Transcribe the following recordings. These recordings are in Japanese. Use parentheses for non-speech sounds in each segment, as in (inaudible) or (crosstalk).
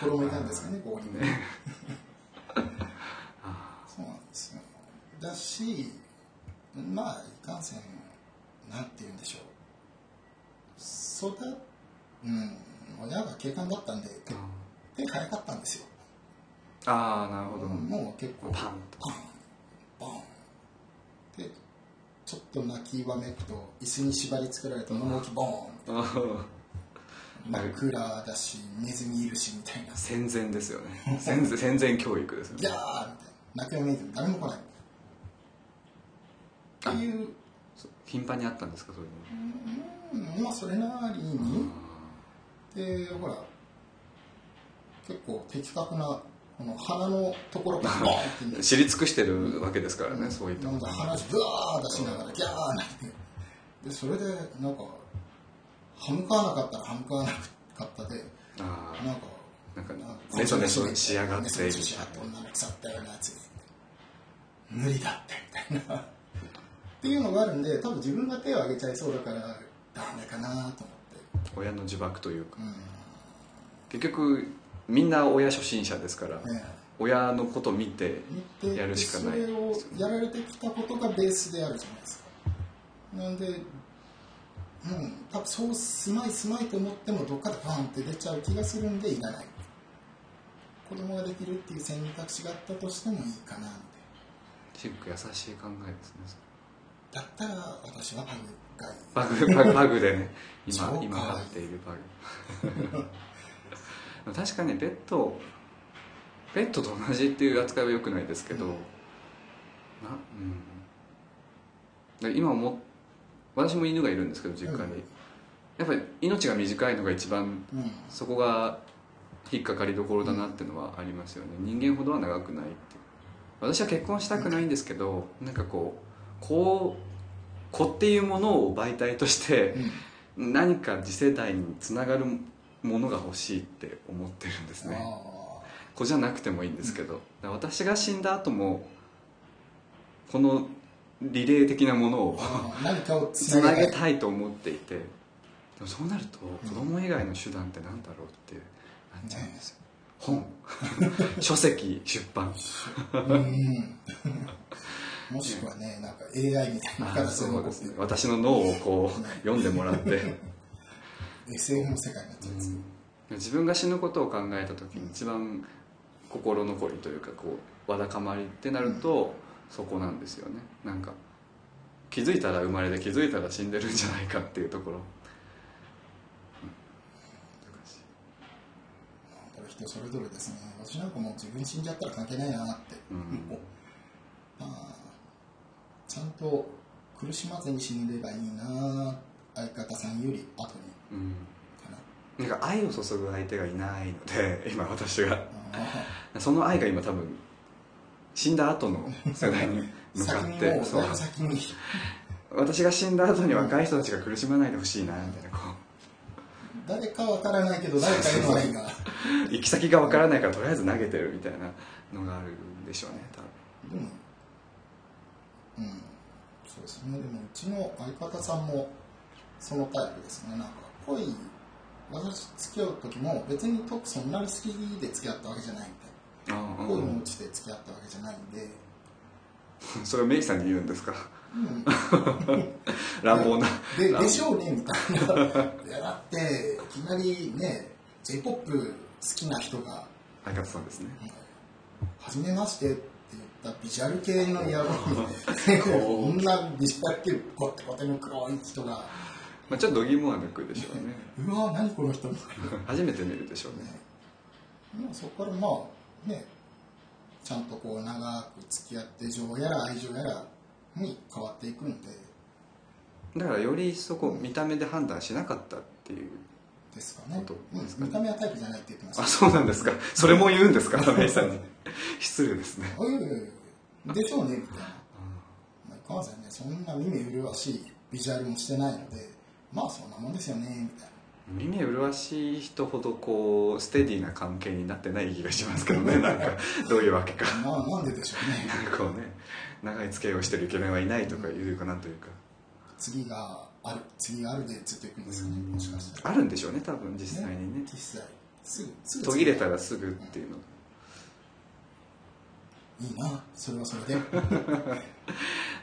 子供いたんですかね、ここにも。 (laughs) そうなんですよ。だし、まあ、いかんせん、なんて言うんでしょう。育っ、うん、親が警官だったんで、手手早かったんですよ。ああなるほど、もう結構、パンとパン、パン。で、ちょっと泣きわめくと、椅子に縛り付けられた物置ボーン。真っ暗だし、ネズミいるし、みたいな。戦前です (laughs) よね戦前戦前教育ですよギャーねみたいな。泣きわめいても誰も来ない。っていう、そう頻繁にあったんですかそういうのうん、まあそれなりに、で、ほら、結構的確な、この鼻のところからバー (laughs) ンって知り尽くしてるわけですからね、そういったなこんとか話ブワー出しながらギャーなってでそれでなんか歯向かわなかったら歯向かわなかったであなんかあなんかなんかねそねそしやがってみたいネなソネソしやがって女の腐ったようなやつ無理だってみたいなっていうのがあるんで多分自分が手を挙げちゃいそうだからダメかなと思って親の呪縛というかうん結局みんな親初心者ですから、ね親のこと見てでやるしかないそれをやられてきたことがベースであるじゃないですかなんでうん多分そうすまいすまいと思ってもどっかでパンって出ちゃう気がするんでいらない子供ができるっていう選択肢があったとしてもいいかなってシンク優しい考えですねだったら私はパグがいいバグバグバグでねそう今か今張っているバ (laughs) グ確かにベッドベッドと同じっていう扱いは良くないですけど、うんなうんだから今思っ私も犬がいるんですけど実家に、うんやっぱり命が短いのが一番うんそこが引っかかりどころだなってのはありますよね、人間ほどは長くないって私は結婚したくないんですけど、なんかこうこう子っていうものを媒体としてうん何か次世代につながるものが欲しいって思ってるんですね、あ子じゃなくてもいいんですけど、だから私が死んだ後もこのリレー的なものをーあー何かをつつななげげたいたいと思っていてでもそうなると子供以外の手段ってなんだろうってなっちゃうんですよ、本 (laughs) 書籍出 (laughs) 版うんもしくはねなんか (laughs) AI みたいなあ形でそう残でってすね私の脳をこう読んでもらって、 SF の世界になっちゃうんですよ自分が死ぬことを考えた時に一番心残りというかこうわだかまりってなるとそこなんですよねなんか気づいたら生まれて気づいたら死んでるんじゃないかっていうところ、うん難しいこれ人それぞれですね私なんかもう自分死んじゃったら関係ないなって、うんもうまあちゃんと苦しまずに死ねればいいな相方さんより後にうんかななんか愛を注ぐ相手がいないので (laughs) 今私があその愛が今多分死んだ後の世代にー向先かっにてもそうう先に私が死んだ後に若い人たちが苦しまないでほしいなみたいなこ誰かわからないけど誰かいるのがいいなう (laughs) 行き先がわからないからとりあえず投げてるみたいなのがあるんでしょうね多分でもうんそうですねでもうちの相方さんもそのタイプですねなんか恋私付き合う時も別に特そんなに好きで付き合ったわけじゃないみたいなああ、恋のうちで付き合ったわけじゃないんで、うんそれをメイさんに言うんです (laughs) かうん、乱暴なででしょょうねみたいないやだっていきなりね j p o p 好きな人が相方さんですね「はじめまして」って言ったビジュアル系の野郎にこんなビジュアル系ゴテゴテの黒い人がまあちょっと度肝は抜くでしょう (laughs) ね「うわ何この人」みたい初めて見るでしょうねなもうそこからまあねちゃんとこう長く付き合って情やら愛情やらに変わっていくんでだからよりそこ見た目で判断しなかったっていうですかねことうんですかね見た目はタイプじゃないって言ってましたあそうなんですかそれも言うんですか亀井さんに失礼ですねおいおいおいでしょうねみたいなまあ母さんねそんな耳麗しいビジュアルもしてないのでまあそんなもんですよねみたい耳麗しい人ほどこうステディな関係になってない気がしますけどねなんかどういうわけかなまあなんででしょうねなんかこうね長い付き合いをしてるイケメンはいないとかいうかなんというか次がある次があるでずっと行くんですかねもしかしたらあるんでしょうね多分実際にね実際すぐすぐ途切れたらすぐっていうのいいなそれはそれで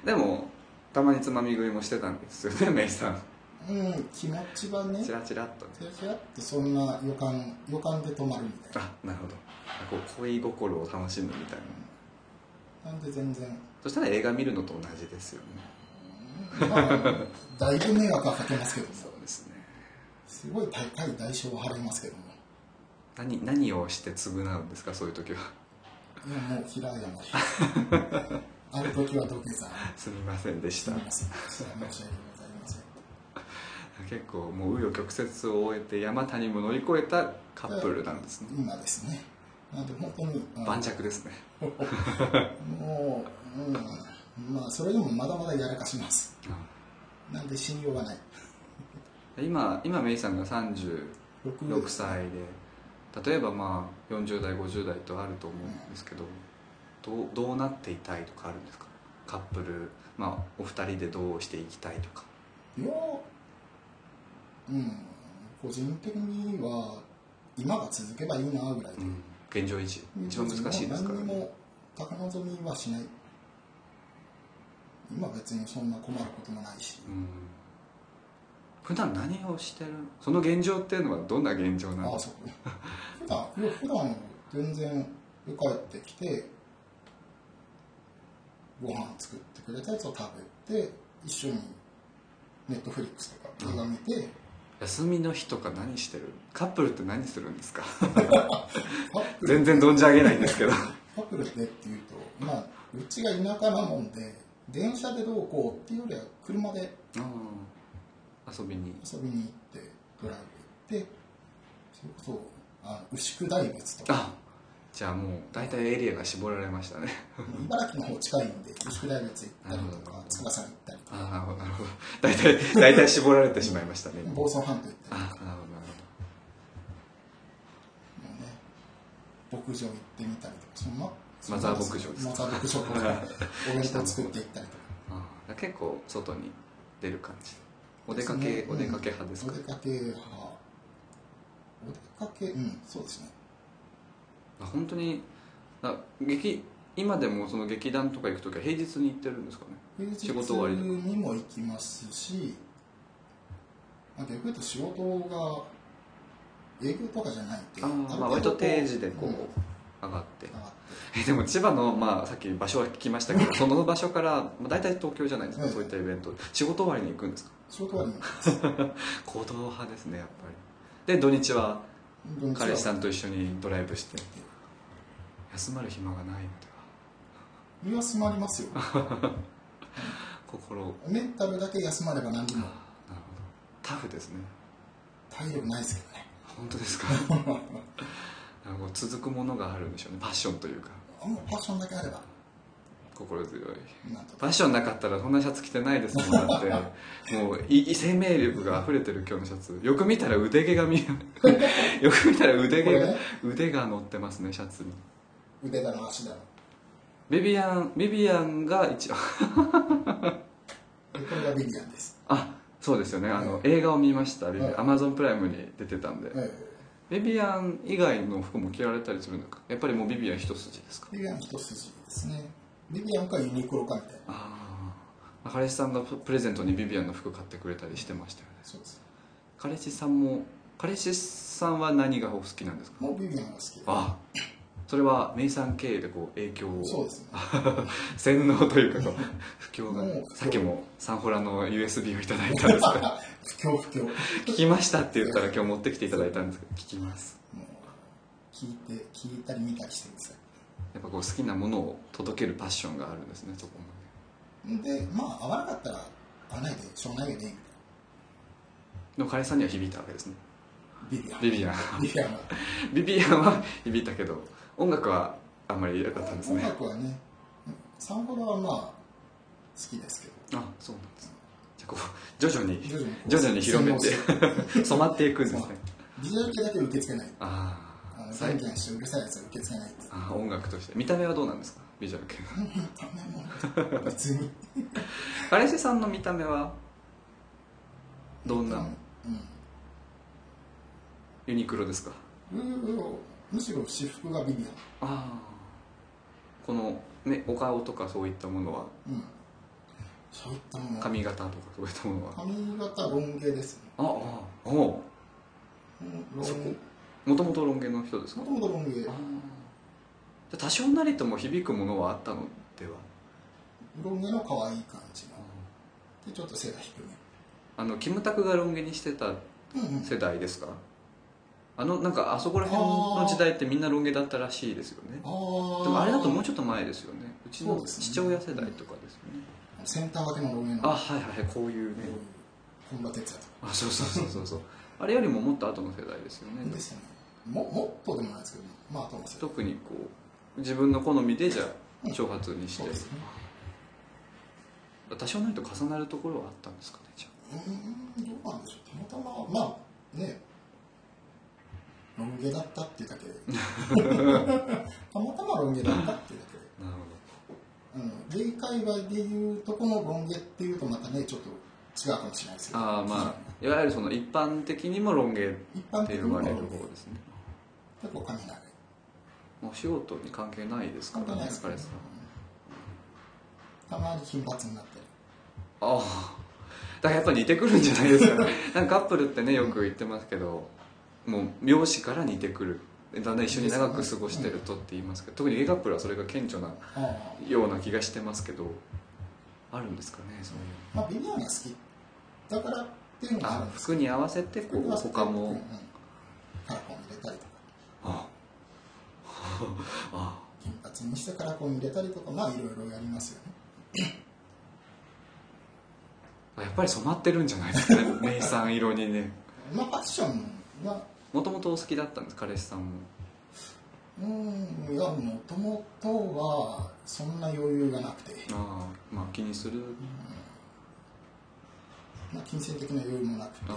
でもたまにつまみ食いもしてたんですよねメイさんうん気持ちはねチラチラっとねちらちらっとそんな予感予感で止まるみたいあなるほどこう恋心を楽しむみたいなななんで全然そしたら映画見るのと同じですよねまあだいぶ迷惑はかけますけどそうですねすごい (laughs) 高い代償を払いますけども何何をして償うんですかそういう時は (laughs) いやもう嫌いやないあの時は土下座すみませんでししてたませんそれは申し訳ございません結構もう紆余曲折を終えて山谷も乗り越えたカップルなんですね今ですねなんで本当にあの盤石ですねもう、うん、まあそれでもまだまだやらかしますなんで信用がない今今メイさんが36 6歳で例えばまあ40代50代とあると思うんですけどどうどうなっていたいとかあるんですかカップル、まあ、お二人でどうしていきたいとかいやうん個人的には今が続けばいいなぐらいで、うん現状維持一番難しいですから何にねも高望みはしない今別にそんな困ることもないしうん普段何をしてるその現状っていうのはどんな現状なんあであすそかこ普段いや普段全然帰ってきてご飯作ってくれたやつを食べて一緒にネットフリックスとか映画見て、休みの日とか何してるカップルって何するんです (laughs) かカップル全然どんじゃげないんです (laughs) けどカップルでっていうとまあうちが田舎なもんで電車でどうこうっていうよりは車であー遊びに遊びに行ってドライブ行ってそれこそあの牛久大仏 (laughs) とかあじゃあもう大体エリアが絞られましたね茨城の方近いんで牛久大仏行ったりとなるかほど司行ったりああなるほどなるほど大体大体絞られてしまいました (laughs) ね房総半島行ったりとかあなるほどなるもうね牧場行ってみたりとかそのまマザー牧場ですマザー牧場 (laughs) とかお弁当作って行ったりとかほどあー結構外に出る感じお出かけ、ですねお出かけ派ですか、お出かけ派お出かけうんそうですねあ本当にあ劇今でもその劇団とか行く時は平日に行ってるんですかね平日仕事終わりにも行きますし、まあ、逆に言うと仕事が営業とかじゃないんであーまあ割と定時でこう上がって、あえでも千葉の、まあ、さっき場所は聞きましたけ (laughs) どその場所から、まあ、大体東京じゃないですか、うんそういったイベント仕事終わりに行くんですか仕事終わりに行動派ですねやっぱりで土日は土日は彼氏さんと一緒にドライブして休まる暇がないので身は休まりますよは心をメンタルだけ休まれば何であーもなるほどタフですね体力ないですけどね本当 (laughs) ですかなんか続くものがあるんでしょうねパッションというかあもうパッションだけあれば心強いなんとかパッションなかったらこんなシャツ着てないですもんだって (laughs) もうい生命力が溢れてる今日のシャツよく見たら腕毛が見 (laughs) えよく見たら腕毛が、これね腕が乗ってますねシャツに腕だの足だのビビアンビビアンが一応でこれがビビアンです、あそうですよねあの、映画を見ましたビビはいアマゾンプライムに出てたんで、えビビアン以外の服も着られたりするのかやっぱりもうビビアン一筋ですかえビビアン一筋ですねビビアンかユニクロかみたいなああ彼氏さんがププレゼントにビビアンの服買ってくれたりしてましたよねそうです彼氏さんも彼氏さんは何がお好きなんですかもうビビアンが好きであそれは名産経営でこう影響をそうですね洗脳という (laughs) かこう不況が、もうさっきもサンホラの USB をいただいたんですけど不況不況もう (laughs) 聞きましたって言ったら今日持ってきていただいたんですけど聞きます聞いて聞いたり見たりしてるんですよやっぱこう好きなものを届けるパッションがあるんですねそこもねでまあ合わなかったら合わないでしょうがないよねみたいでも彼氏さんには響いたわけですねなビビアンビビアン (laughs) ビビアンはビビアンは響いたけど音楽はあんまり良かったんです音ね楽はねサンホラはまあ好きですけどあそうなんですねじゃあこう徐々に徐々に徐々に広め洗て染まっていくんですねそうビジュアル系だけ受け付けないあああの宣言してうるさいやつは受け付けないってあ音楽として見た目はどうなんですかビジュアル系ダメもう別に彼氏さんの見た目はどんなうんユニクロですかうんむむしろ私服がビビアンああこの、ね、お顔とかそういったものはうんそういったもの髪型とかそういったものは髪型ロン毛ですねあああおうんロそンこもともとロン毛の人です毛かもともとロン毛ああじゃあ多少なりとも響くものはあったのではロン毛の可愛い感じのでちょっと背が低あのキムタクがロン毛にしてためうんうん世代ですかあのなんかあそこら辺の時代ってみんなロン毛だったらしいですよねあでもあれだともううちょっと前ですよねうちそのうですね父親世代とかですよねセンター分けのロン毛のあはいはいはいこういうね本場哲也とあそうそうそう (laughs) そうそうあれよりももっと後の世代ですよかねですよねももっとでもないですけどまあともせ特にこう自分の好みでじゃあ長髪にしてそうですね多少なりと重なるところはあったんですかねじゃうーんどうなんでしょうたまたままあねロン毛だったっていうだけでたまたまロン毛だったっていうだけであなるうん、ゲイ界隈でいうとこのロン毛っていうとまたねちょっと違うかもしれないですけどああまあいわゆるその一般的にもロン毛っ一般的てに呼もばれる結方ですね構髪長いお仕事に関係ないですか関係らないねです彼さんたまに金髪になってああだからやっぱ似てくるんじゃないで (laughs) すかねなんかカップルってねよく言ってますけどもう名字から似てくるだんだん一緒に長く過ごしてるとって言いますけど特にゲイカップルはそれが顕著なあような気がしてますけどあるんですかねそういうあまあビビアンが好きだからっていうのがああるんです服に合わせてこう他うんうんもカラコン入れたりとかあ (laughs) ああ金髪にしてカラコン入れたりとかまあいろいろやりますよねあやっぱり染まってるんじゃないで (laughs) すかね名産色にねまあファッションはもともとお好きだったんです彼氏さんもうんいやもともとはそんな余裕がなくて、ああまあ気にするまあ、金銭的な余裕もなくてあ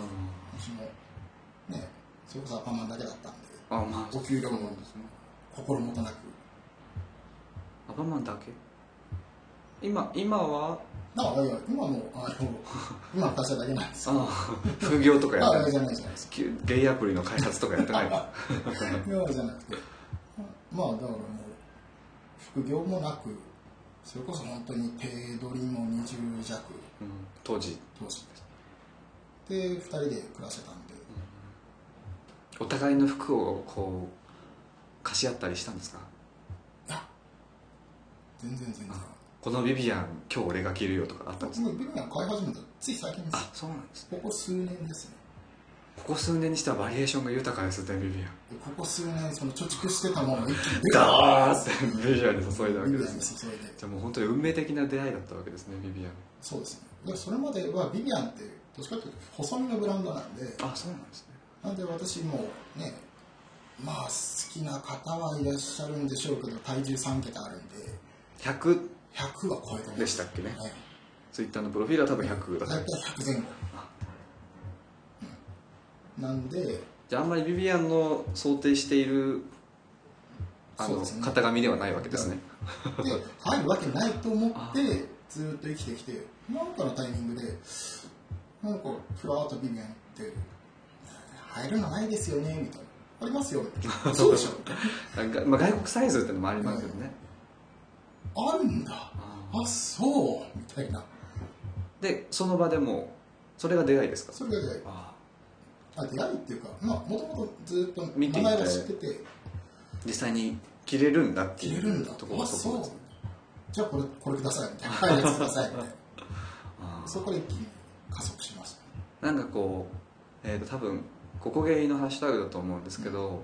私もねそれこそアパマンだけだったんであああまあお給料もそうなんですね心もとなくアバマンだけ今今はだからいや今もうあの (laughs) 今の会社だけなんです (laughs) よああ副業とかやあっいやてなじいゃないじゃないですゲイアプリの開発とかやってないあいやじゃなくてまあだからもう副業もなくそれこそ本当に手取りも20弱うん当時当時で2人で暮らしてたんでお互いの服をこう貸し合ったりしたんですか全然全然このビビアン今日俺が着るよとかあったんです僕かもビルが買い始めたつい最近ですあそうなんですねここ数年ですねここ数年にしてはバリエーションが豊かですねビビアンでここ数年その貯蓄してたものを一気に (laughs) ダーッてビビアンに注いだわビけビでアンすにね注いでじゃあもう本当に運命的な出会いだったわけですねビビアンそうですねでそれまではビビアンってどっちかというと細身のブランドなんであそうなんですねなんで私もうねまあ好きな方はいらっしゃるんでしょうけど体重3桁あるんで100 100は超えてますでしたっけねはいツイッターのプロフィールは多分100だった大体100前後、うんなんでじゃああんまりビビアンの想定しているあそうの、ですね型紙ではないわけですね (laughs) で入るわけないと思ってずっと生きてきてなんかのタイミングでなんかフラートビビアンって入るのないですよねみたいなあり (laughs) ますよみたいなそうでしょみたいなんかまあ、外国サイズってのもありますよね、なあるんだあそうみたいなでその場でもうそれが出会いですかそれでああ出会いっていうかまあもともとずっと見名ていて前は知ってて実際に着れるんだって着いれるんうだところがあそそこうですねじゃあこれこれくださいみたいなはいやつくだ (laughs) さいみたいあなそこで一気に加速しましたーなんかこう、えー、と多分ここゲイのハッシュタグだと思うんですけど、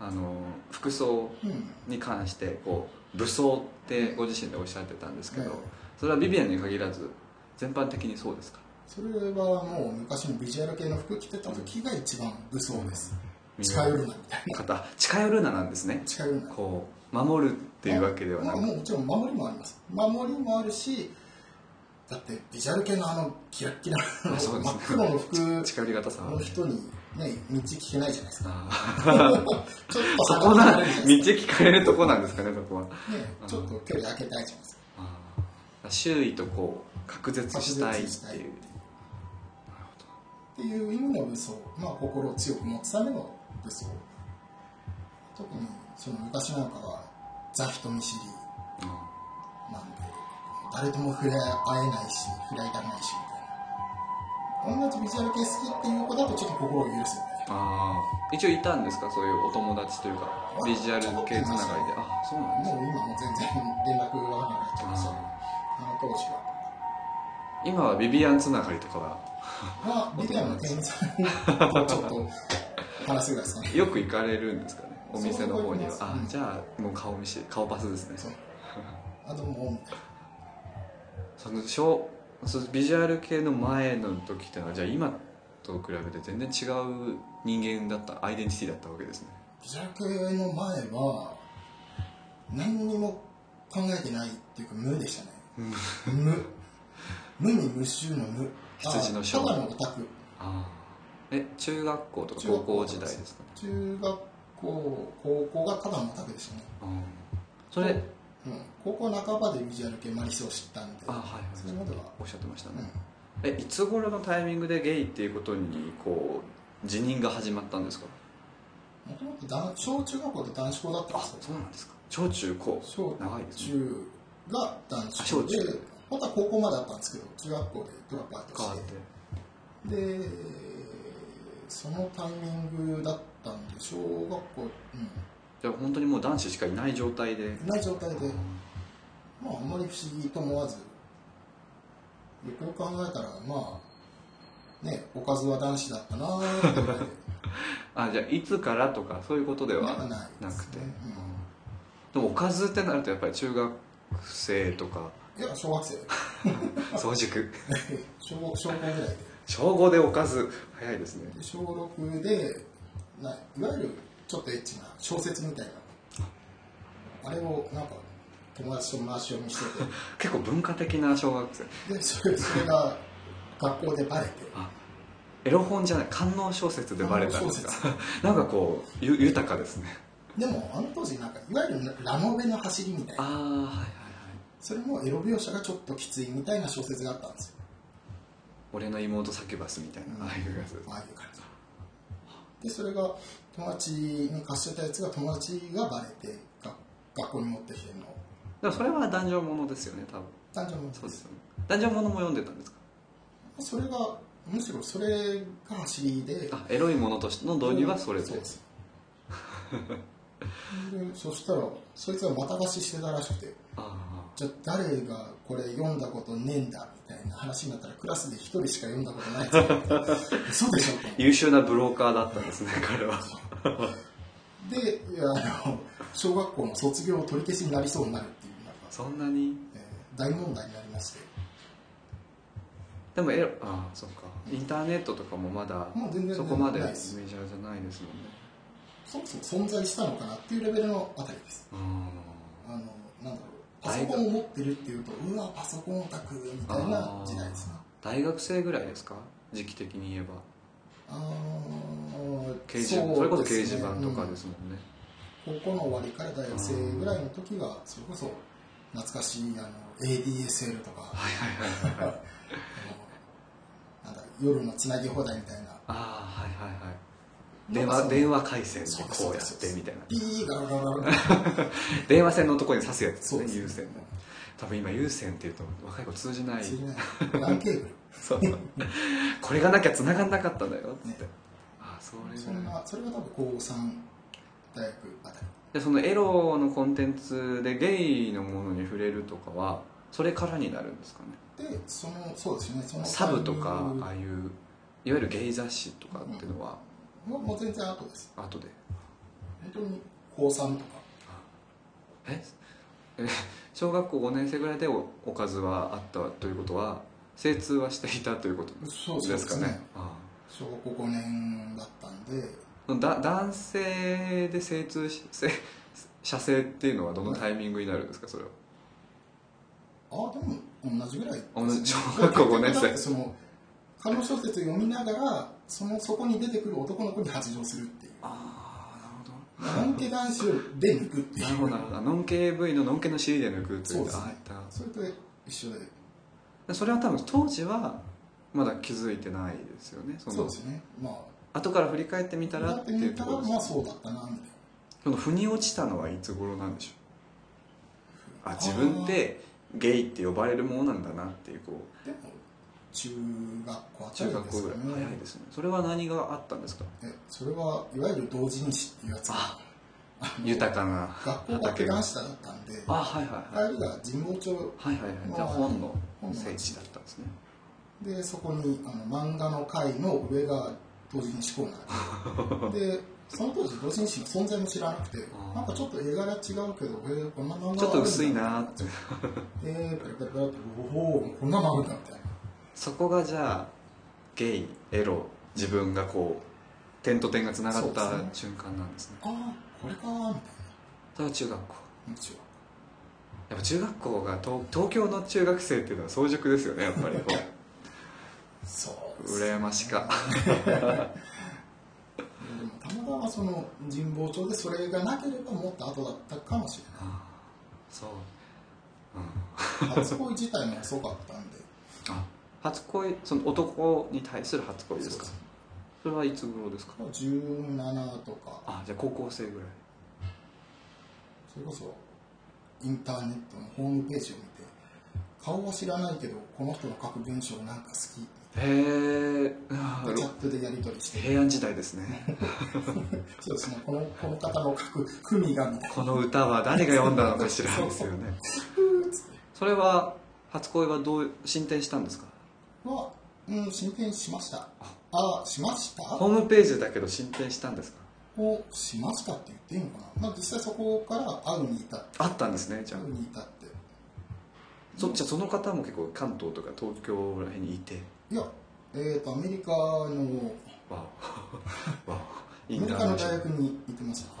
あの服装うんに関してこう武装ってご自身でおっしゃってたんですけど、はいそれはビビアンに限らず全般的にそうですかそれはもう昔のビジュアル系の服着てた時が一番武装ですみんな近寄るなみたいな方近寄るななんですね近寄るなっこう守るっていうわけではなくもうもちろん守りもあります守りもあるしだってビジュアル系のあのキラッキラのあそうです真ねっ黒の服近寄り方さんはの人にね道聞けないじゃないですかあちょっーとそこな離道れるじゃないです聞かれるとこなんですかねそこはかねちょっと距離開けたいじゃないですかあー周囲とこう隔絶したいっていうっていう意味の武装まあ心を強く持つための武装特にその昔なんかはザ人見知りあなんで誰とも触れ合えないし触れ合いがないしみたいな同じビジュアル系好きっていう子だとちょっと心を許すよねあー一応いたんですかそういうお友達というかビジュアル系つながりであそうなんですもねう今もう全然連絡がわからなくなっちゃいましたけどああの当時はー今はビビアンつながりとかはまあビデオの店員さんとちょっと話すぐらいですねよく行かれるんですかねお店の方にはそうあうんじゃあもう顔見知り顔パスですねそうあともその小そのビジュアル系の前の時ってのはじゃあ今と比べて全然違う人間だったアイデンティティだったわけですねうビジュアル系の前は何にも考えてないっていうか無でしたね無無に無臭の無羊のあ小ただのオタクああえ中学校とか中高学校校時代ですか中学校高校がただのオタクでしたね、うんそれうん、高校半ばでビジュアル系マリスを知ったんであはいはいそれまではおっしゃってましたうねん、えいつ頃のタイミングでゲイっていうことにこう辞任が始まったんですかもともと男小中学校で男子校だったんですよそうなんですか小中高小長いですね中が男子校あ小で中本当は高校まであったんですけど中学校でドラップアウト変わっしててでそのタイミングだったんで小学校、うじゃあ本当にもう男子しかいない状態でん、いない状態で、まあ、あんまり不思議と思わずよくよく考えたらまあねおかずは男子だったなーってぐらいであじゃあいつからとかそういう (laughs) ことではなんかないなでくすて、ねでもおかずってなるとやっぱり中学生と (laughs) かいや小学生早熟小小5ぐらいで小5でおかず早いですねで小6でないわゆるちょっとエッチな小説みたいなあれをなんか友達と回し読みして結構文化的な小学生てでそれそれが学校でバレてエロ本じゃない観音小説でバレたんです観かなんかこうゆ豊かですねでもあの当時なんかいわゆるラノベの走りみたいああなはいはいはいそれもエロ描写がちょっときついみたいな小説があったんですよ俺の妹サキュバスみたいな、ああいうやつですああいう感じでそれが友達に貸してたやつが友達がバレてが学校に持ってきてるのをでもそれは男女ものですよね多分誕生日そうですよね男女ものも読んでたんですかそれがむしろそれが走りであエロいものとしての導入はそれでそうですでそしたらそいつはまた貸ししてたらしくてあじゃあ誰がこれ読んだことねえんだみたいな話になったらクラスで一人しか読んだことないやつが (laughs) いて嘘でしょと思あ優秀なブローカーだったんですね彼はってでいやあの小学校の卒業を取り消しになりそうになるっていうなんか、そんなにえー大問題になりましてでもエロああそっかインターネットとかもまだもう全然そこまでなメいでジすャーじゃないですもんねそもそも存在したのかなっていうレベルのあたりですうんあのなんだろうパソコンを持ってるっていうとうわパソコンオタクみたいな時代ですね大学生ぐらいですか時期的に言えばあのー掲示そ,、れこそ掲うで示すね板とかですもんうね、ん高校の終わりから大学生ぐらいの時がそれこそ懐かしいあの ADSL とかあのなんだ夜のつなぎ放題みたいなああはいはいはい電なんかそ話の電話回線でそうですこうやってみたいなピーガラガラガラ (laughs) 電話線のところに刺すやつですそうねです有線の多分今有線っていうと若い子通 (laughs) じない通じないランケーブルそうそう (laughs) これがなきゃ繋がんなかったんだよっつって、ねああそれそぐれらいがそれが多分高三大学あたりでそのエロのコンテンツでゲイのものに触れるとかはそれからになるんですかねでそのそうですねそのサブとタイミかングああいういわゆるゲイ雑誌とかっていうのはもうもう全然後です後で本当に高3とかえ (laughs) え小学校5年生ぐらいでおおかずはあったということは精通はしていたということそうそうでですすかねねあ小学校5年だったんであだ男性で精通し (laughs) せ射精っていうのはどのタイミングになるんですかそれはあでも同じぐらい同じ小学校5年生だってその彼の小説を読みながらそのそこに出てくる男の子に発情するっていうああなるほど本家男子で抜くっていなるほどなるうほどノン KV のノン系の CD で抜くといそううですねあったそれと一緒ででそれは多分当時はまだ気づいてないですよねそのそうですねま後から振り返ってみあたらやっってていみうとたこらろですまあそうだったなみたいその腑に落ちたのはいつ頃なんでしょうあ自分ってゲイって呼ばれるものなんだなっていうこうでも中学校あた中り学で校すぐらよいね早いですねそれは何があったんですかえそれはいわゆる同人誌っていうやつが豊かな学校が畑フがラあンスだったんではいはいはい帰りが神保町はいはいはいじゃあ本の聖地だったんですねでそこにあの漫画の会の上が同人誌コーナーで (laughs) でその当時同人誌の存在も知らなくてあーなんかちょっと絵柄違うけどえーこんな漫画あるんだちょっと薄いなーってえーペラペラペラっておおこんな漫画だみたいなそこがじゃあゲイエロ自分がこう点と点がつながったそうですね瞬間なんですねああこれかーみたいそれは中学校なもちろんやっぱ中学校が東東京の中学生っていうのは早熟ですよねやっぱりこそううです羨ましかでもたまたまその神保町でそれがなければもっと後だったかもしれそう、ない初恋自体も遅かったんでうん、あ初恋その男に対する初恋ですかそでそうれはいつ頃ですかもう17とかあじゃあ高校生ぐらいそれこそインターネットのホームページを見て顔は知らないけどこの人の書く文章なんか好へえきでチャットでやり取りして平安時代ですねそうですねこのこの方の書く組がみたいこの歌は誰が読んだのか知らんですよねそれは初恋はどう進展したんですかなのは、うん、進展しましたあしましたホームページだけど進展したんですかをしましたって言っていいのかな、まあ、実際そこから会うに至ってあったんですねじゃ会あうに至ってそっちはその方も結構関東とか東京らへんにいていやえー、とアメリカのわ (laughs) おわおアイメンリタカーのナショナ大ル学に行ってましたああ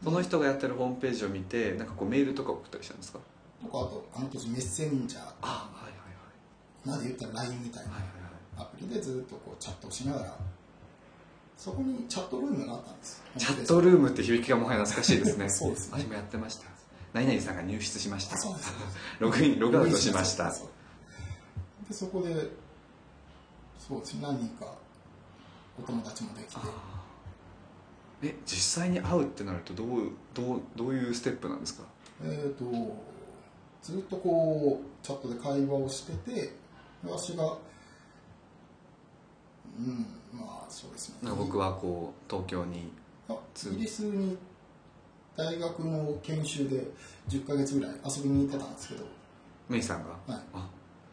あその人がやってるホームページを見てなんかこうメールとか送ったりしたんですかとかあとあの時メッセンジャーあはいはまで言ったら LINE みたいないはいはいはいアプリでずっとこうチャットをしながらそこにチャットルームがあったんですチャットルームって響きがもはや懐かしいです (laughs) ねそうですね私もやってました何々さんが入室しましたあそうです (laughs) ログインログアウトしましたそうそうそうでそこでそうですね何人かお友達もできてえ実際に会うってなるとどうどうどういうステップなんですかえっ、とずっとこうチャットで会話をしてて私がうんまあそうですね僕はこう東京にあイギリスに大学の研修で10ヶ月ぐらい遊びに行ってたんですけどメイさんが、はいあ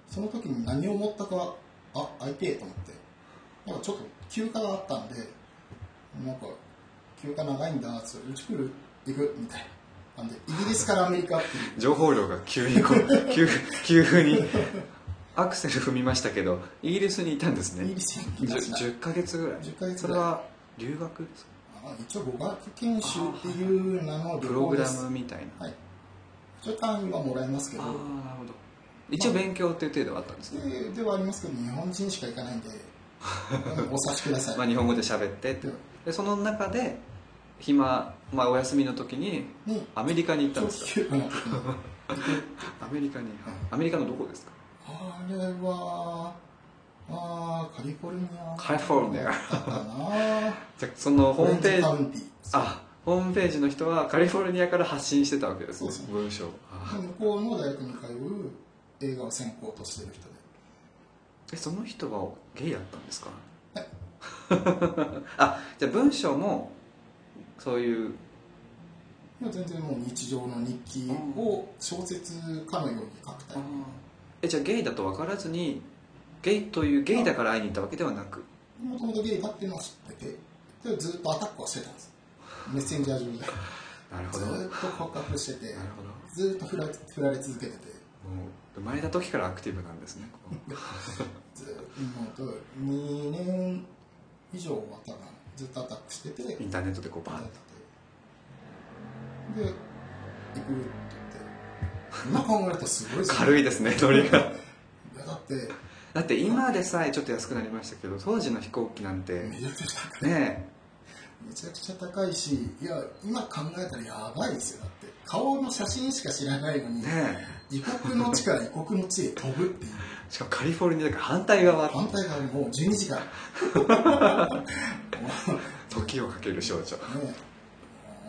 その時に何を思ったか、あ、会いてえと思って、なんかちょっと休暇があったんで、なんか、休暇長いんだなって言って、うち来る行くみたいな。なんで、イギリスからアメリカっていう、情報量が急に (laughs) こう急急風にアクセル踏みましたけどイギリスにいたんですイギねリスに行きました。 10ヶ月ぐらい10ヶ月そぐれらいは留学ですかあ一応語学研修っていう名の旅プロ行グでラす。ムみたいなはい。一応単位はもらえますけどああ、なるほど一応勉強っていう程度はあったんですね、でではありますけど、日本人しか行かないんで、お察しください。まあ、日本語で喋ってってでその中で暇、まあ、お休みの時にに、アメリカに行ったん長です期休か暇の時に、アメリカにアメリカのどこですかあれは、あーカリフォルニア。カリフォルニアだったかな。じゃあそのホームペオレンジカーウジンティあホームページの人はカリフォルニアから発信してたわけですねそう文章あ向こうの大学に通う映画を専攻としてる人で。えその人はゲイだったんですかはい (laughs) あじゃあ文章もそういういや全然もう日常の日記を小説かのように書くタイプ。えじゃあゲイだと分からずにゲイというゲイだから会いに行ったわけではなくもともとゲイだっていうのは知ってて、でずっとアタックはしてたんです。メッセンジャー上で。なるほずどなるっと告白してて、ほどずっと振られ振られ続けてて、もう生まれた時からアクティブなんですね。こずっともう2年以上は多分ずっとアタックしてて、うインターネットでこうバーバーンンってで行くって言って今考えるとすごいですね軽いですね、ノリが。いやだってだって今でさえちょっと安くなりましたけど、当時の飛行機なんて、めちゃくちゃ高いねめちゃくちゃ高いしいや今考えたらやばいですよだって顔の写真しか知らないのえ、にね異国の地から異国の地へ飛ぶっていうえ、しかもカリフォルニアだから反対側、反対側にもう12時間ね時をかける少女。えもう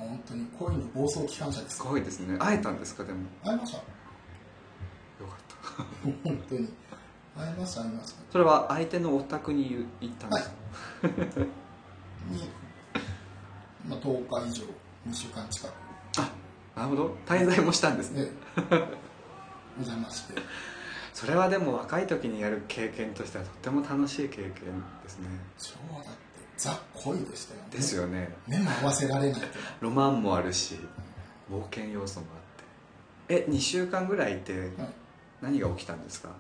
本当にこういうの暴走機関車ですすごいですね会えたんですかでも会いましたよかった本当に会いました会いましたそれは相手のお宅に言う行ったんですか、に、まあ、10日以上2週間近くなるほど滞在もしたんですねでお邪魔してそれはでも若い時にやる経験としてはとっても楽しい経験ですね超だってザ恋でしたよねですよね目も合わせられないとロマンもあるし冒険要素もあってえ2週間ぐらいいてはい何が起きたんですか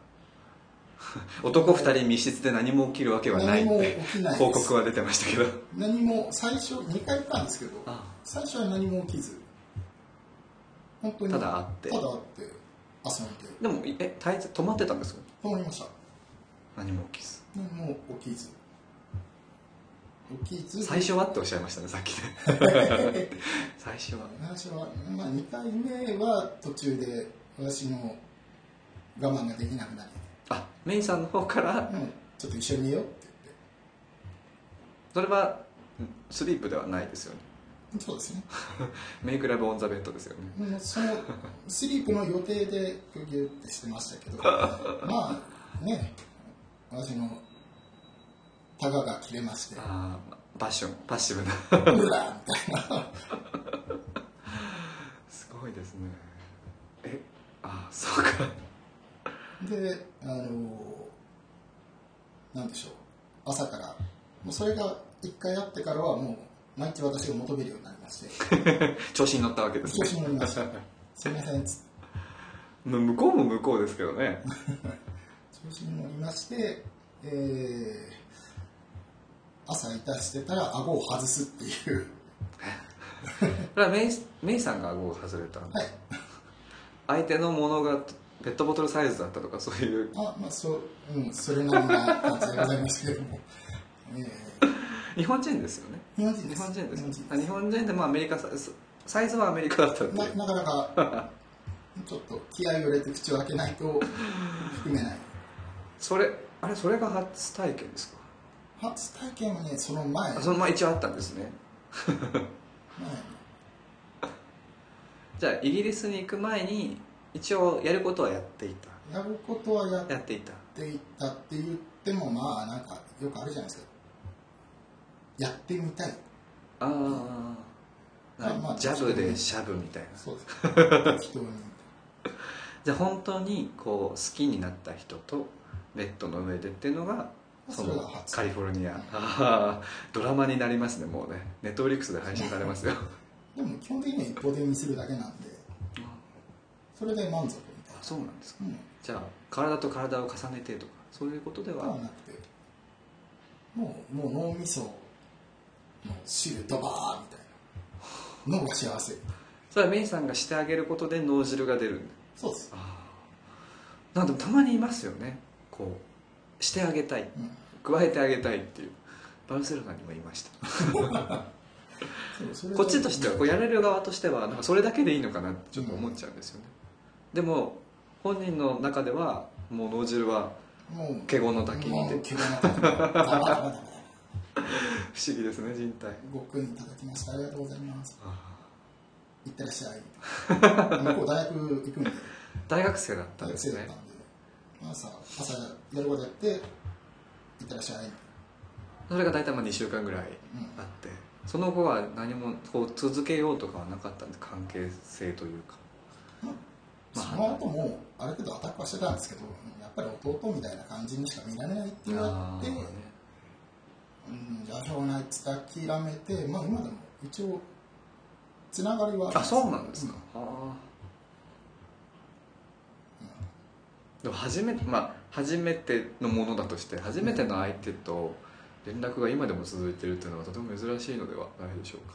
(laughs) 男2人密室で何も起きるわけはないっ何もて起きない報です告は出てましたけど何も最初2回行ったんですけどあ最初は何も起きず本当にただ会ってただ会って遊んででもえ滞在止まってたんですか泊まりました何も起きず何も起きず起きず最初はっておっしゃいましたねさっきね (laughs) 最初は私は、まあ、2回目は途中で私の我慢ができなくなり、あメイさんの方からうんちょっと一緒にいようってそれはスリープではないですよね言ってそうですねメイクラブオンザベッドですよねもうそのスリープの予定でギュギュってしてましたけどまあね私のタガが切れましてああパッションパッシブな (laughs) うわみたいなすごいですねえああそうか (laughs) であのなんでしょう朝からもうそれが1回あってからはもう毎日私が求めるようになりまして調子に乗ったわけです調ね子に乗りま (laughs) したすいませんつってまあ向こうも向こうですけどね調子に乗りまして、えー朝いたしてたら顎を外すっていうそれはメイメイさんが顎を外れた、はい相手のものがペットボトルサイズだったとかそういうあまあそう、うん、それなりな感じでございますけれども、えー日本人ですよね日本人で日す本人です日あ日本人でもアメリカサイズサイズはアメリカだったっていう本人ななかなかちょっと気合を入れて口を開けないと含めないそれあれそれが初体験ですか初体験はねその前あそのまま一応あったんですね前じゃあイギリスに行く前に一応やることはやっていたやることはやっやっていたていたって言ってもまあなんかよくあるじゃないですかやってみたいああ、まあまあジャブでシャブみたいなそうです適当にじゃあ本当にこう好きになった人とベッドの上でっていうのが (laughs) そそれのが初カリフォルニアあードラマになりますねもうねネットフリックスで配信されますよでも基本的には一方的にするだけなんでそれで満足みたいあそうなんですかなうんじゃあ体と体を重ねてとかそういうことででは、はなくてもうもう脳みその汁ドバーみたいな脳が幸せそれはメイさんがしてあげることで脳汁が出るんだそうです、ああなんかでもたまにいますよねこうしてあげたいうん、加えてあげたいっていうバルセロナにもいましたそうそれこっちとしてはこうやるれる側としてはなんかそれだけでいいのかなってちょっと思っちゃうんですよね、でも本人の中ではもう脳汁はもう華厳の滝にもいてう毛がなかったダバダバダバ不思議ですね人体ごっくんいただきましたありがとうございますああいってらっしゃい向こう大学行くんで大学生だった大んで学生すだっねたんで朝朝やることやっていってらっしゃい、それが大体まあ2週間ぐらいあうってその後は何もこう続けようとかはなかったんで関係性というかんまあ、そまあの後もある程度アタックはしてたんですけどやっぱり弟みたいな感じにしか見られないっていうのがああってあねうん、じゃあしょうがないっつって諦めて、まあ、今でも一応つながりはあるあそうなんですか、ああでも初めてまあ初めてのものだとして初めての相手と連絡が今でも続いてるっていうのはとても珍しいのではないでしょうか、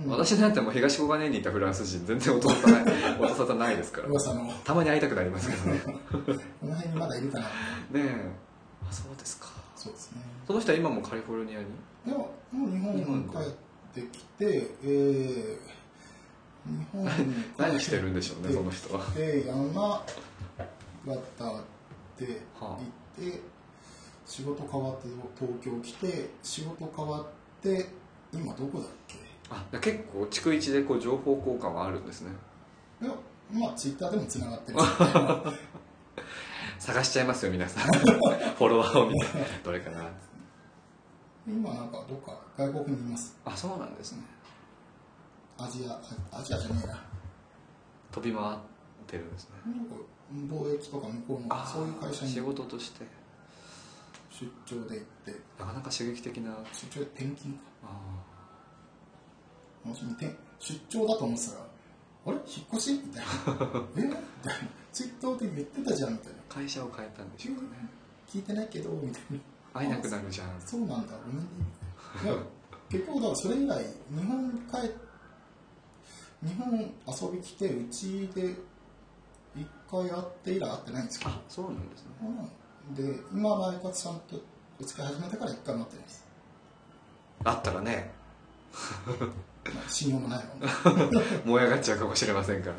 うん、うん、私なんてもう東小金井にいたフランス人全然音沙汰ない音沙汰ないですから噂のたまに会いたくなりますけどねねこの辺にまだいるかなえあそうですかそうですねその人は今もカリフォルニアにでももう日本に帰ってきてえー、日本に帰ってき何してるんでしょうねその人はで山渡って行って、はあ仕事変わって東京来て仕事変わって今どこだっけあだから結構逐一でこう情報交換はあるんですねいやまあツイッターでもつながってる探しちゃいますよ皆さ (laughs) んフォロワーを見てどれかな今なんかどっか外国にいますあそうなんですねアジアあアジアじゃねえな飛び回ってるんですねなんか貿易とか向こうのあそういう会社に仕事として出張で行ってなかなか刺激的な出張で転勤かあもし転出張だと思ってたらあれ引っ越しみたいなえみたいなツイッターで言ってたじゃんみたいなー会社を変えたんでしょうかね聞いてないけどみたいな会えなくなるじゃんそうなんだ、ごめんね。いや、結構だからそれ以来、日本帰っ、日本遊び来て、うちで一回会って以来会ってないんですけど、あそうなんですねうん、で、今の相方さんとお付き合い始めてから一回も会ってないです。あったらねまあ信用もないも (laughs) ん。燃え上がっちゃうかもしれませんか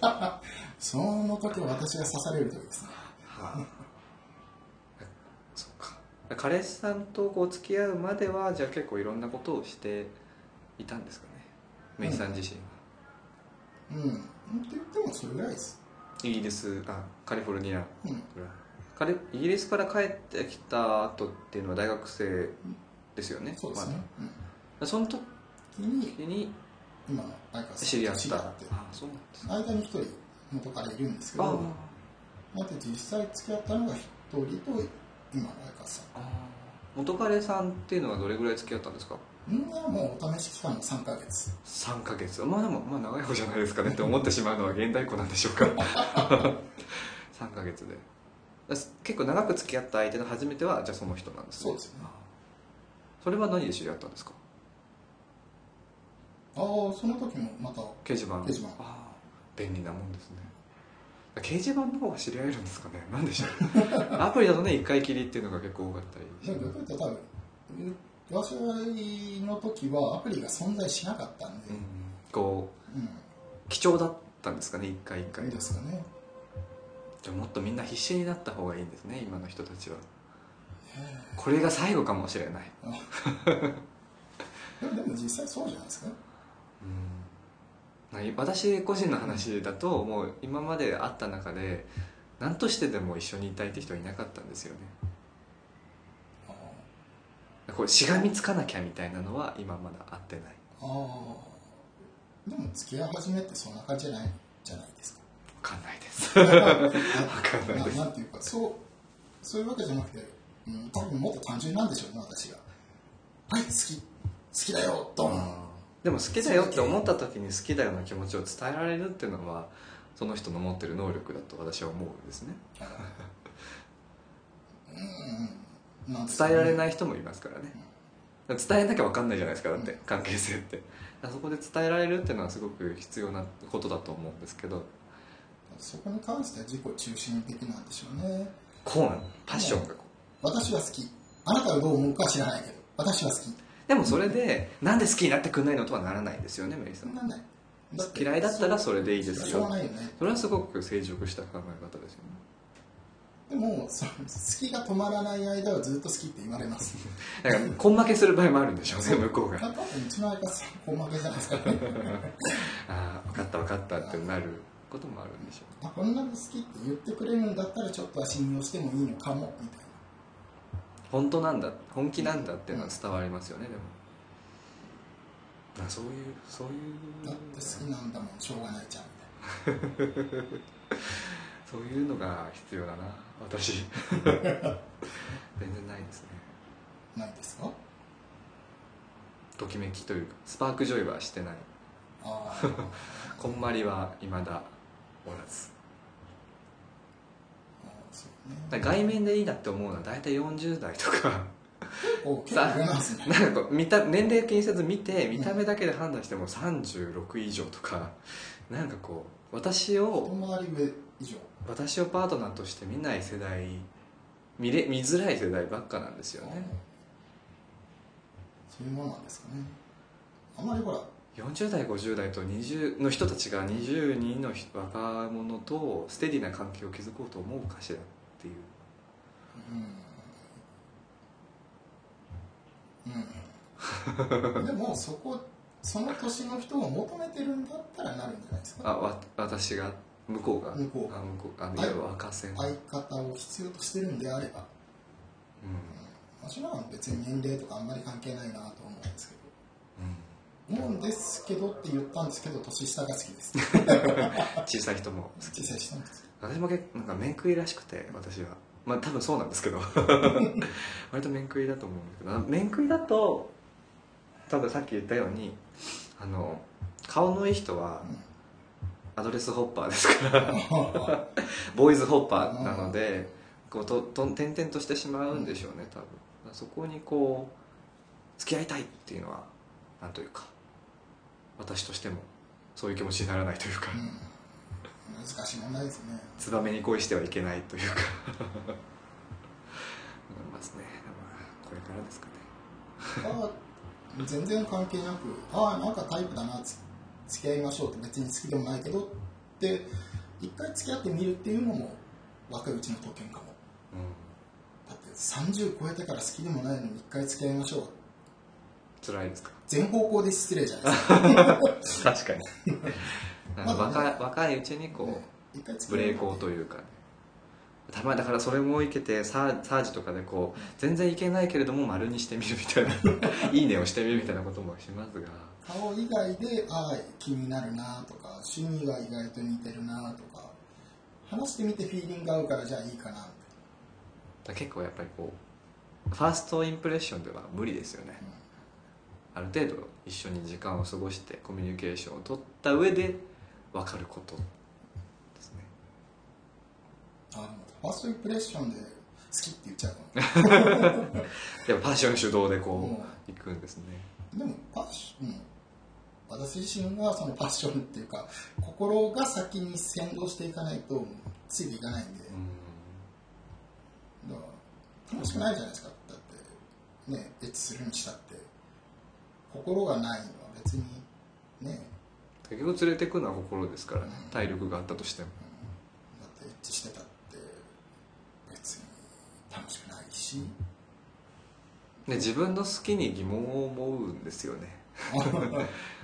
らね、その時は私が刺される時ですね。はあ、 (laughs) そっか彼氏さんとこう付き合うまではじゃあ結構いろんなことをしていたんですかねメイさん自身は、うん。って言ってもそれぐらいです。イギリスあカリフォルニアうん。ぐらいカリイギリスから帰ってきた後っていうのは大学生ですよねそうですね。まだその時うん。君に、に今の相方さんと知り合った知り合って、あそうなんですね間に一人元からいるんですけあど、だって実際付き合ったのが一人と今の相方さあ元彼さんっていうのはどれぐらい付き合ったんですかんみんなもうお試し期間の3ヶ月3ヶ月まあでもまあ長い方じゃないですかねって思ってしまうのは現代子なんで (laughs) しょうか3ヶ月でだし結構長く付き合った相手の初めてはじゃあその人なんですそねうですねあーそれは何で知り合ったんですかああその時もまた掲示板掲示板あー便利なもんですね掲示板の方が知り合えるんですかね何でし (laughs) ょうアプリだとね1回きりっていうのが結構多かったりでも僕って多分私の時はアプリが存在しなかったんでうん、こうう貴重だったんですかね一回一ん、回いいですかねじゃあもっとみんな必死になった方がいいんですね今の人たちはこれが最後かもしれない、でもでも実際そうじゃないですかな私個人の話だともう今まで会った中で何としてでも一緒にいたいって人はいなかったんですよねあこうしがみつかなきゃみたいなのは今まだ会ってないあでも付き合い始めってそんな感じじゃないじゃないですか分かんないです (laughs) わかんないですなんていうかそうそういうわけじゃなくて、うん、多分もっと単純なんでしょうね私がはい好き好きだよドンでも好きだよって思った時に好きだよな気持ちを伝えられるっていうのはその人の持ってる能力だと私は思うんですねなんですか伝えねられない人もいますからね伝えなきゃ分かんないじゃないですかだって関係性ってあそこで伝えられるっていうのはすごく必要なことだと思うんですけどそこに関しては自己中心的なんでしょうねこうなのパッションがこう私は好きあなたがどう思うかは知らないけど私は好きでもそれでなんで好きになってくんないのとはならないですよねメイさんなんないだって嫌いだったらそれでいいでそすしょうがなよいよねそれはすごく成熟した考え方ですよねでもその好きが止まらない間はずっと好きって言われますだから根負けする場合もあるんでしょうね向こうがだってうちの相方さんこう負けじゃないですかねああ分かった分かったってなることもあるんでしょあこんなの好きって言ってくれるんだったらちょっとは信用してもいいのかもみたいう本当なんだ本気なんだっていうのは伝わりますよねでもあそういうそういうなだって好きなんだもんしょうがないじゃんみたいそういうのが必要だな私全然ないですねなないですかときめきというかスパークジョイはしてないああこんまりは未だおらずそうねだから外面でいいなって思うのは大体40代とかお結構上なんですねなんかこう見た年齢気にせず見て見た目だけで判断しても36以上とかなんかこう私を一回り上以上私をパートナーとして見ない世代見れ見づらい世代ばっかなんですよねそういうものなんですかねあまりほら40代50代と20の人たちが22の人若者とステディな関係を築こうと思うかしらっていううん、うん、でもそこその年の人が求めてるんだったらなるんじゃないですかあわ私が向こうが向こうあ向こうあはいいわゆる若線、相方を必要としてるんであればうん私は別に年齢とかあんまり関係ないなと思うんですけどうん思うんですけどって言ったんですけど年下が好きです小さい人も好小きさい人も好き私も結構なんか面食いらしくて私はまあ多分そうなんですけど割と面食いだと思うんですけどあ面食いだと多分さっき言ったようにあの顔のいい人はアドレスホッパーですからボーイズホッパーなのでこうとと転々としてしまうんでしょうね多分そこにこう付き合いたいっていうのはなんというか私としてもそういう気持ちにならないというか、うん難しい問題ですねツバメに恋してはいけないというか思いますねまあこれからですかねあ全然関係なくああなんかタイプだなつ付き合いましょうって別に好きでもないけどって一回付き合ってみるっていうのも若いうちの特権かもうんだって30超えてから好きでもないのに一回付き合いましょう辛いですか全方向で失礼じゃないですか確かに (laughs) なんかまだ若い若いうちにこう一回付 (laughs) ブき合レいーコーというかねたまにだからそれもいけてサーサージとかでこう全然いけないけれども丸にしてみるみたいな (laughs) 「いいね」をしてみるみたいなこともしますが顔以外でああ気になるなとか趣味が意外と似てるなとか話してみてフィーリング合うからじゃあいいかなだから結構やっぱりこうファーストインプレッションでは無理ですよねある程度一緒に時間を過ごしてコミュニケーションを取った上で分かることですねあでもファーストインプレッションで好きって言っちゃうかもやっぱパッション主導で (laughs) こうういくんですねでもパッション、うん私自身はそのパッションっていうか心が先に先導していかないとついていかないんでうんだから楽しくないじゃないですかだってねエッチするにしたって心がないのは別にね結局連れてくのは心ですからね体力があったとしてもだってエッチしてたって別に楽しくないしで自分の好きに疑問を思うんですよね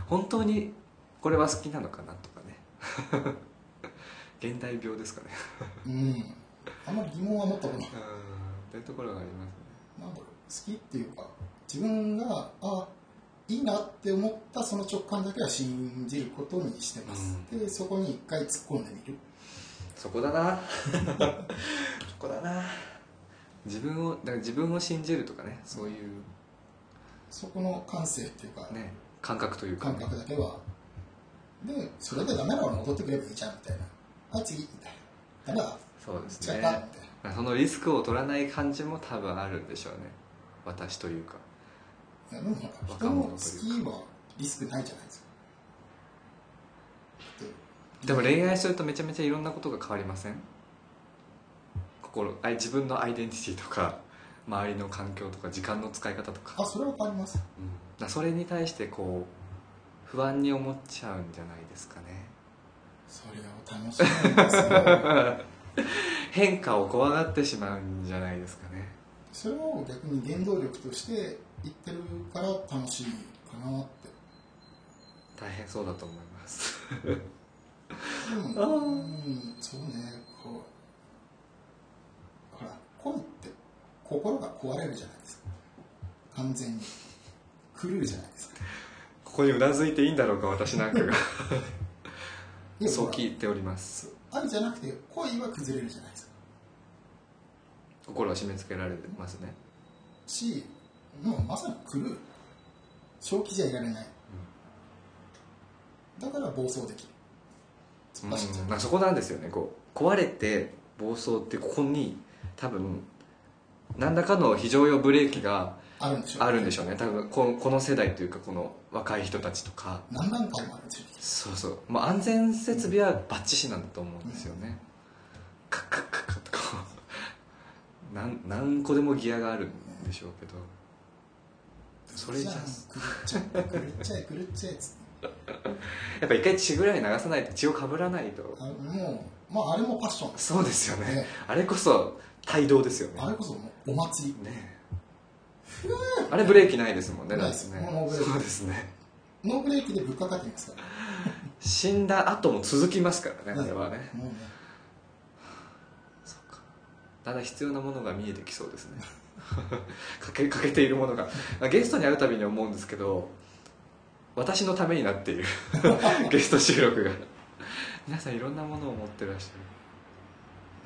本当にこれは好きなのかなとかね (laughs) 現代病ですかねうんあんまり疑問は持ったことないうんというところがありますなねんだろう好きっていうか自分があいいなって思ったその直感だけは信じることにしてます、でそこに一回突っ込んでみるそこだなそこだな自分をだから自分を信じるとかねそういうそこの感性っていうか、ね感覚というか、感ね、覚だけはでそれでダメなら戻ってくればいいじゃんみたいなあ次みたいなダメだそうです違ねったみたいなそのリスクを取らない感じも多分あるんでしょうね私というかいやでもほら人の好きはリスクないじゃないですかだってでも恋愛するとめちゃめちゃいろんなことが変わりません心あ自分のアイデンティティとか周りの環境とか時間の使い方とか,、あそれは変わりますうん、だからそれに対してこう不安に思っちゃうんじゃないですかねそれを楽しみですよ変化を怖がってしまうんじゃないですかね (laughs) それを逆に原動力として言ってるから楽しいかなって大変そうだと思います (laughs) でもうんそうねこうほら恋って心が壊れるじゃないですか完全に狂うじゃないですかここにうなずいていいんだろうか私なんかがいやそうほら聞いております愛じゃなくて恋は崩れるじゃないですか心を締め付けられてますねしもうまさに狂う正気じゃいられない、だから暴走できる突っ走っちゃう、うんまあ、そこなんですよねこう壊れて暴走ってここに多分何らかの非常用ブレーキがあるんでしょあるんでしょうね多分ここの世代というかこの若い人たちとか何段階もあるんでしょそうそう、まあ、安全設備はバッチシなんだと思うんですよね、カッカッカッカッとこう (laughs) なん何個でもギアがあるんでしょうけどそれじゃ狂っちゃえ狂っちゃえ狂っちゃえっつってやっぱ一回血ぐらい流さないと血をかぶらないとあもうまああれもパッションですそうですよねねあれこそ帯同ですよねあれこそもうお祭りねあれブレーキないですもんねないだっでてすねもうブレーキそうですねノーブレーキでぶっかかってますか死んだ後も続きますからねらあれはねもうねだんだん必要なものが見えてきそうですね (laughs) かけかけているものがゲストに会うたびに思うんですけど私のためになっている (laughs) ゲスト収録が皆さんいろんなものを持ってらっし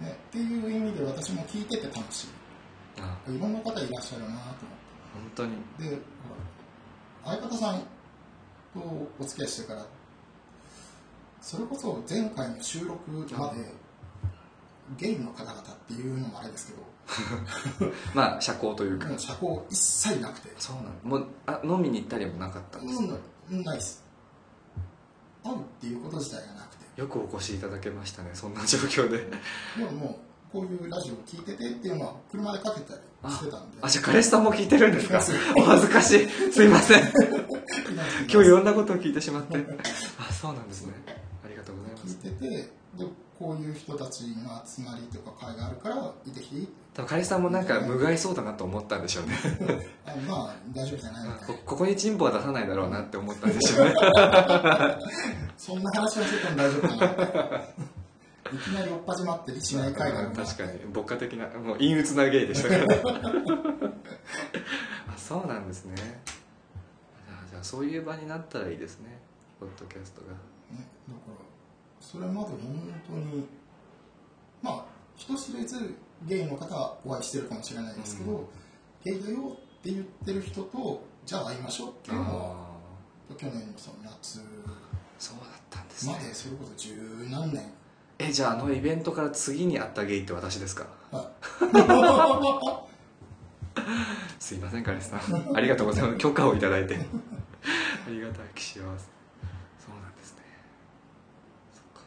ねっていう意味で私も聞いてて楽しいゃるあいろんな方いらっしゃるなと思本当にってでほら相方さんとお付き合いしてからそれこそ前回の収録までゲイの方々っていうのもあれですけどまあ社交というかもう社交一切なくてそうなのもうあ飲みに行ったりもなかったんですか、うんないです会うっていうこと自体がなくてよくお越しいただけましたねそんな状況ででももうこういうラジオを聞いててっていうのは車でかけたりしてたんであじゃあ彼氏さんも聞いてるんですか (laughs) そうお恥ずかしいすいません今日いろんなことを聞いてしま (laughs) ってあそうなんですねありがとうございま聞いすててでこういう人たちの集まりとか会があるからいてきていい多分彼氏さんもなんか無害そうだなと思ったんでしょうねあまあ大丈夫じゃないのこでここにチンポは出さないだろうなって思ったんでしょう (laughs) ねそんな話をしてても大丈夫かないきなり追っ始まってりしない会がある確かに牧歌的なもう陰鬱なゲイでしたから (laughs) ねあそうなんですねじゃあじゃあそういう場になったらいいですねポッドキャストがね、だからそれまで本当にまあ人知れずゲイの方はお会いしてるかもしれないですけど、うんゲイだよって言ってる人とじゃあ会いましょうっていうのはああ去年のその夏そうだったんですまねでそれこそ十何 (laughs) 年えじゃああのイベントから次に会ったゲイって私ですかはすいません彼氏 (laughs) さんありがとうございます許可をいただいてありがたき幸せそうなんですねそっか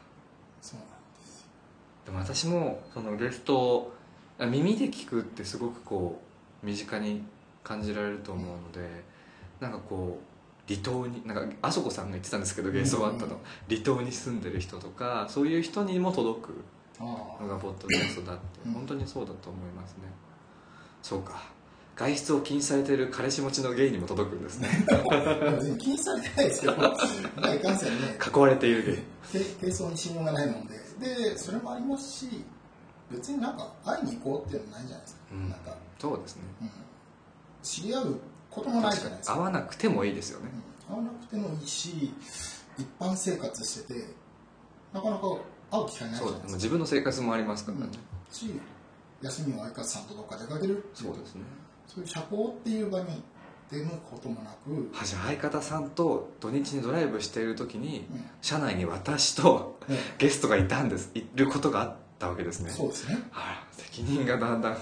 そうなんですよでも私もそのゲストをあ耳で聞くってすごくこう身近に感じられると思うのでなんかこう離島になんかあそこさんが言ってたんですけどゲストバットの離島に住んでる人とかそういう人にも届くあのがポッドキャストだってうん本当にそうだと思いますねそうか外出を禁止されてる彼氏持ちのゲイにも届くんですねあ別に気にされてないですけどまあいかんせんね囲われているゲイけ軽装に信用がないもんででそれもありますし別になんか会いに行こうっていうのもないじゃないですか、うんなんかそうですねうん知り合うこともないじゃないですか会わなくてもいいですよねうん会わなくてもいいし一般生活しててなかなか会う機会ないじそゃないでうですねすか自分の生活もありますからね、し休みを相方さんとどっか出かけるっていそうですねそういう社交っていう場に出向くこともなく、うんはじゃあ相方さんと土日にドライブしている時にね車内に私とゲストがいたんですいることがあったわけですねそうですねあら責任がだんだ (laughs) ん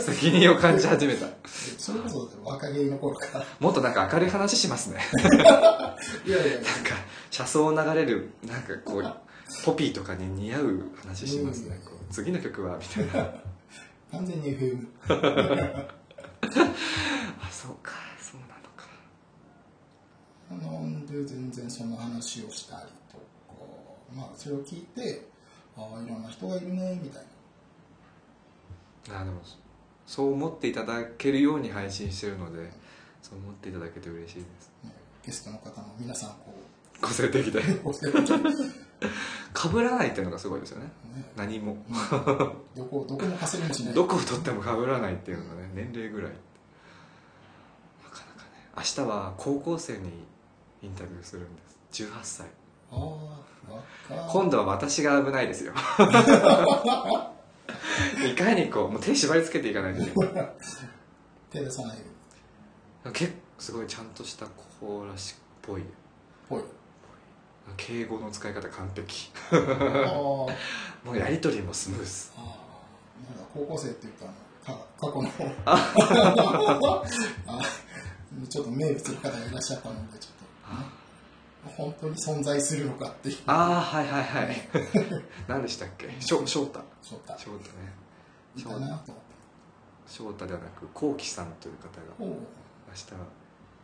責任を感じ始めたでそれこそ若気の頃からもっとなんか明るい話しますねいやいやいやなんか車窓を流れるなんかこうポピーとかに似合う話しますね、こう次の曲はみたいな完全に FM あそうかそうなのかなんで全然その話をしたりとかまあそれを聞いてああいろんな人がいるねみたいなあでもそう思っていただけるように配信してるのでそう思っていただけて嬉しいですねゲストの方も皆さんこ個性的でうこうしてるんじゃないですか被らないっていうのがすごいですよねね何も (laughs) どこどこもかすりもしないどこを取っても被らないっていうのがね年齢ぐらいなかなかね明日は高校生にインタビューするんです18歳ああ若い今度は私が危ないですよいかにこうもう手縛りつけていかないといけない手出さないっ結構すごいちゃんとした子らしいっぽいぽい敬語の使い方完璧ああもうやり取りもスムーズああなんだ高校生っていうかあのか過去の (laughs) あちょっと名物の方がいらっしゃったのでちょっと、ね、本当に存在するのかっていうああはいはいはい何でしたっけしょ翔太ちょっと翔太ねいたなと思って翔太ではなくこうきさんという方がおう明日は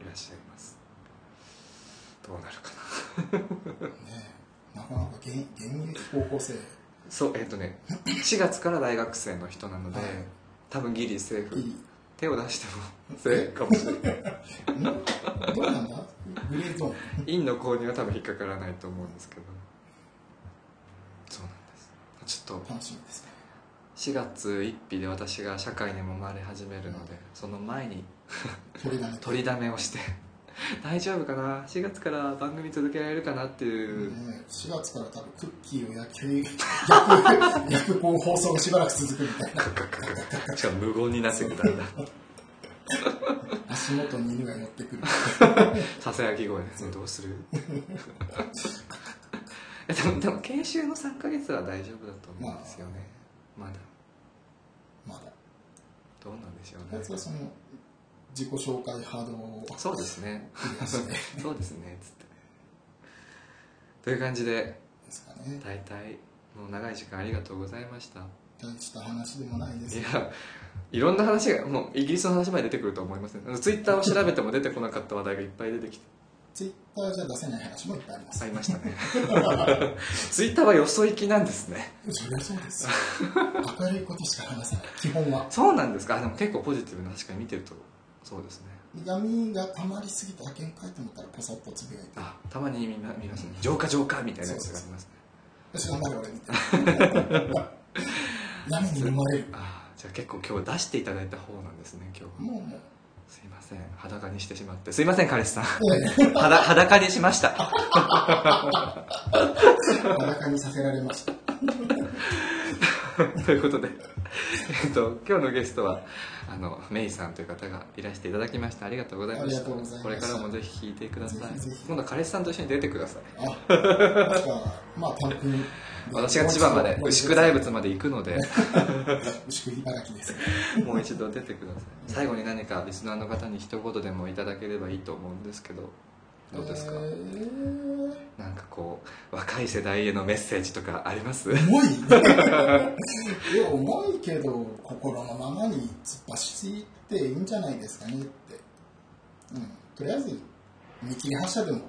いらっしゃいますどうなるかなねなかなか現現役高校生そうえっ、とね4月から大学生の人なので、はい多分ギリセーフいい手を出して (laughs) もセーフかもしれないんどうなんだグレーゾーン陰の購入は多分引っかからないと思うんですけどそうなんですちょっと楽しみですね4月1日で私が社会にもまれ始めるのでその前に取りだめ取りだめをして (laughs) 大丈夫かな4月から番組続けられるかなっていう、ね4月から多分クッキーを焼き焼く (laughs) 焼くこう放送がしばらく続くみたいなカクカクカ (laughs) クしかも無言になってくるんだ足元に犬が寄ってくるささやき声ですねどうする (laughs) えでもでも研修の3ヶ月は大丈夫だと思うんですよねまだまだどうなんでしょうやねつはその自己紹介ハードルをそうですねクリアしてでそうですねつってという感じですかね大体もう長い時間ありがとうございました大した話でもないですいやいろんな話がもうイギリスの話まで出てくると思いますねツイッターを調べても出てこなかった話題がいっぱい出てきてツイッターじゃ出せない話もいっぱいありますありましたねツイッターはよそ行きなんですねそりゃそうですよ明るいことしか話さない基本はそうなんですかあでも結構ポジティブな確かに見てるとそうですね闇が溜まりすぎて派遣書いてもらったらポソッとつぶやいてあたまに見ま見ますね浄化浄化みたいなやつがありますね「よし頑張れ俺」みたいな闇に埋まれるあじゃあ結構今日出していただいた方なんですね今日はもうもうすいません裸にしてしまってすいません彼氏さんええ裸裸にし (laughs) ました裸にさせられましたということで、えっと、今日のゲストはあのメイさんという方がいらしていただきましたありがとうございましありがとうございましたたこれからもぜひ聞いてくださいぜひぜひ今度は彼氏さんと一緒に出てくださいあ、確か、まあ、単品。私が千葉まで牛久大仏まで行くの (laughs) で牛久茨城です。もう一度出てください最後に何かリスナーの方に一言でもいただければいいと思うんですけどどうですか、えーなんかこう若い世代へのメッセージとかあり (laughs) ます重い。いや、重いけど、心のままに突っ走っていいんじゃないですかねって。うん、とりあえず、見切り発車でも。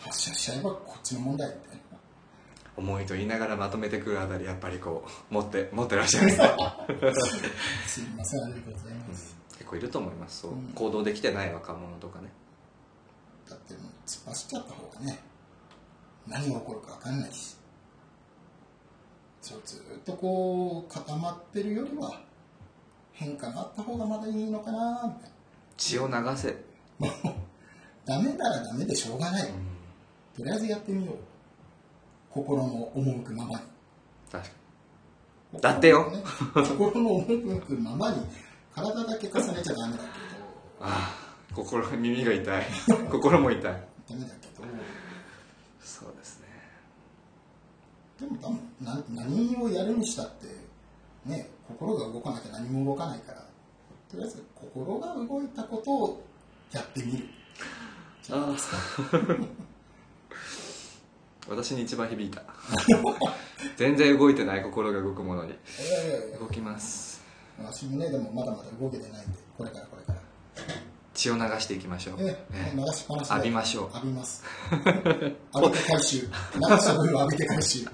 発車しちゃえば、こっちの問題みたいな。思いと言いながらまとめてくるあたりやっぱりこう持って持ってらっしゃい (laughs) ます、うんすみません、ありがとうございます。結構いると思いますそう、うん行動できてない若者とかねだって、もう突っ走っちゃった方がね。何が起こるかわかんないし。そう、ずっとこう、固まってるよりは。変化があった方がまだいいのかなみたいな。血を流せ、うんダメならダメでしょうがない。とりあえずやってみよう心の赴くまま確かににだってよ心の赴くままに体だけ重ねちゃダメだけああ心耳が痛い心も痛いどダメだけどそうですねでも多分な何をやるにしたってね心が動かなきゃ何も動かないからとりあえず心が動いたことをやってみるああ私に一番響いた全然動いてない心が動くものにえ動きますえ私もねでもまだまだ動けてないんでこれからこれから血を流していきましょう、えええ流しっぱなしで浴びましょう浴びます浴びて回収流した分を浴びて回収え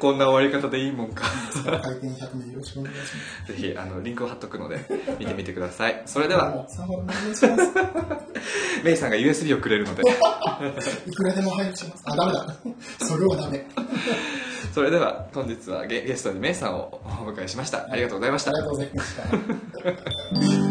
こんな終わり方でいいもんか回転100名よろしくお願いします。ぜひあのリンクを貼っとくので見てみてくださいそれではサンバルお願いします。メイさんが USB をくれるのでいくらでも配布します。あ、ダメだ。それはダメ。ありそれでは本日はゲゲストにメイさんをお迎えしましたありがとうございましたがとうございました。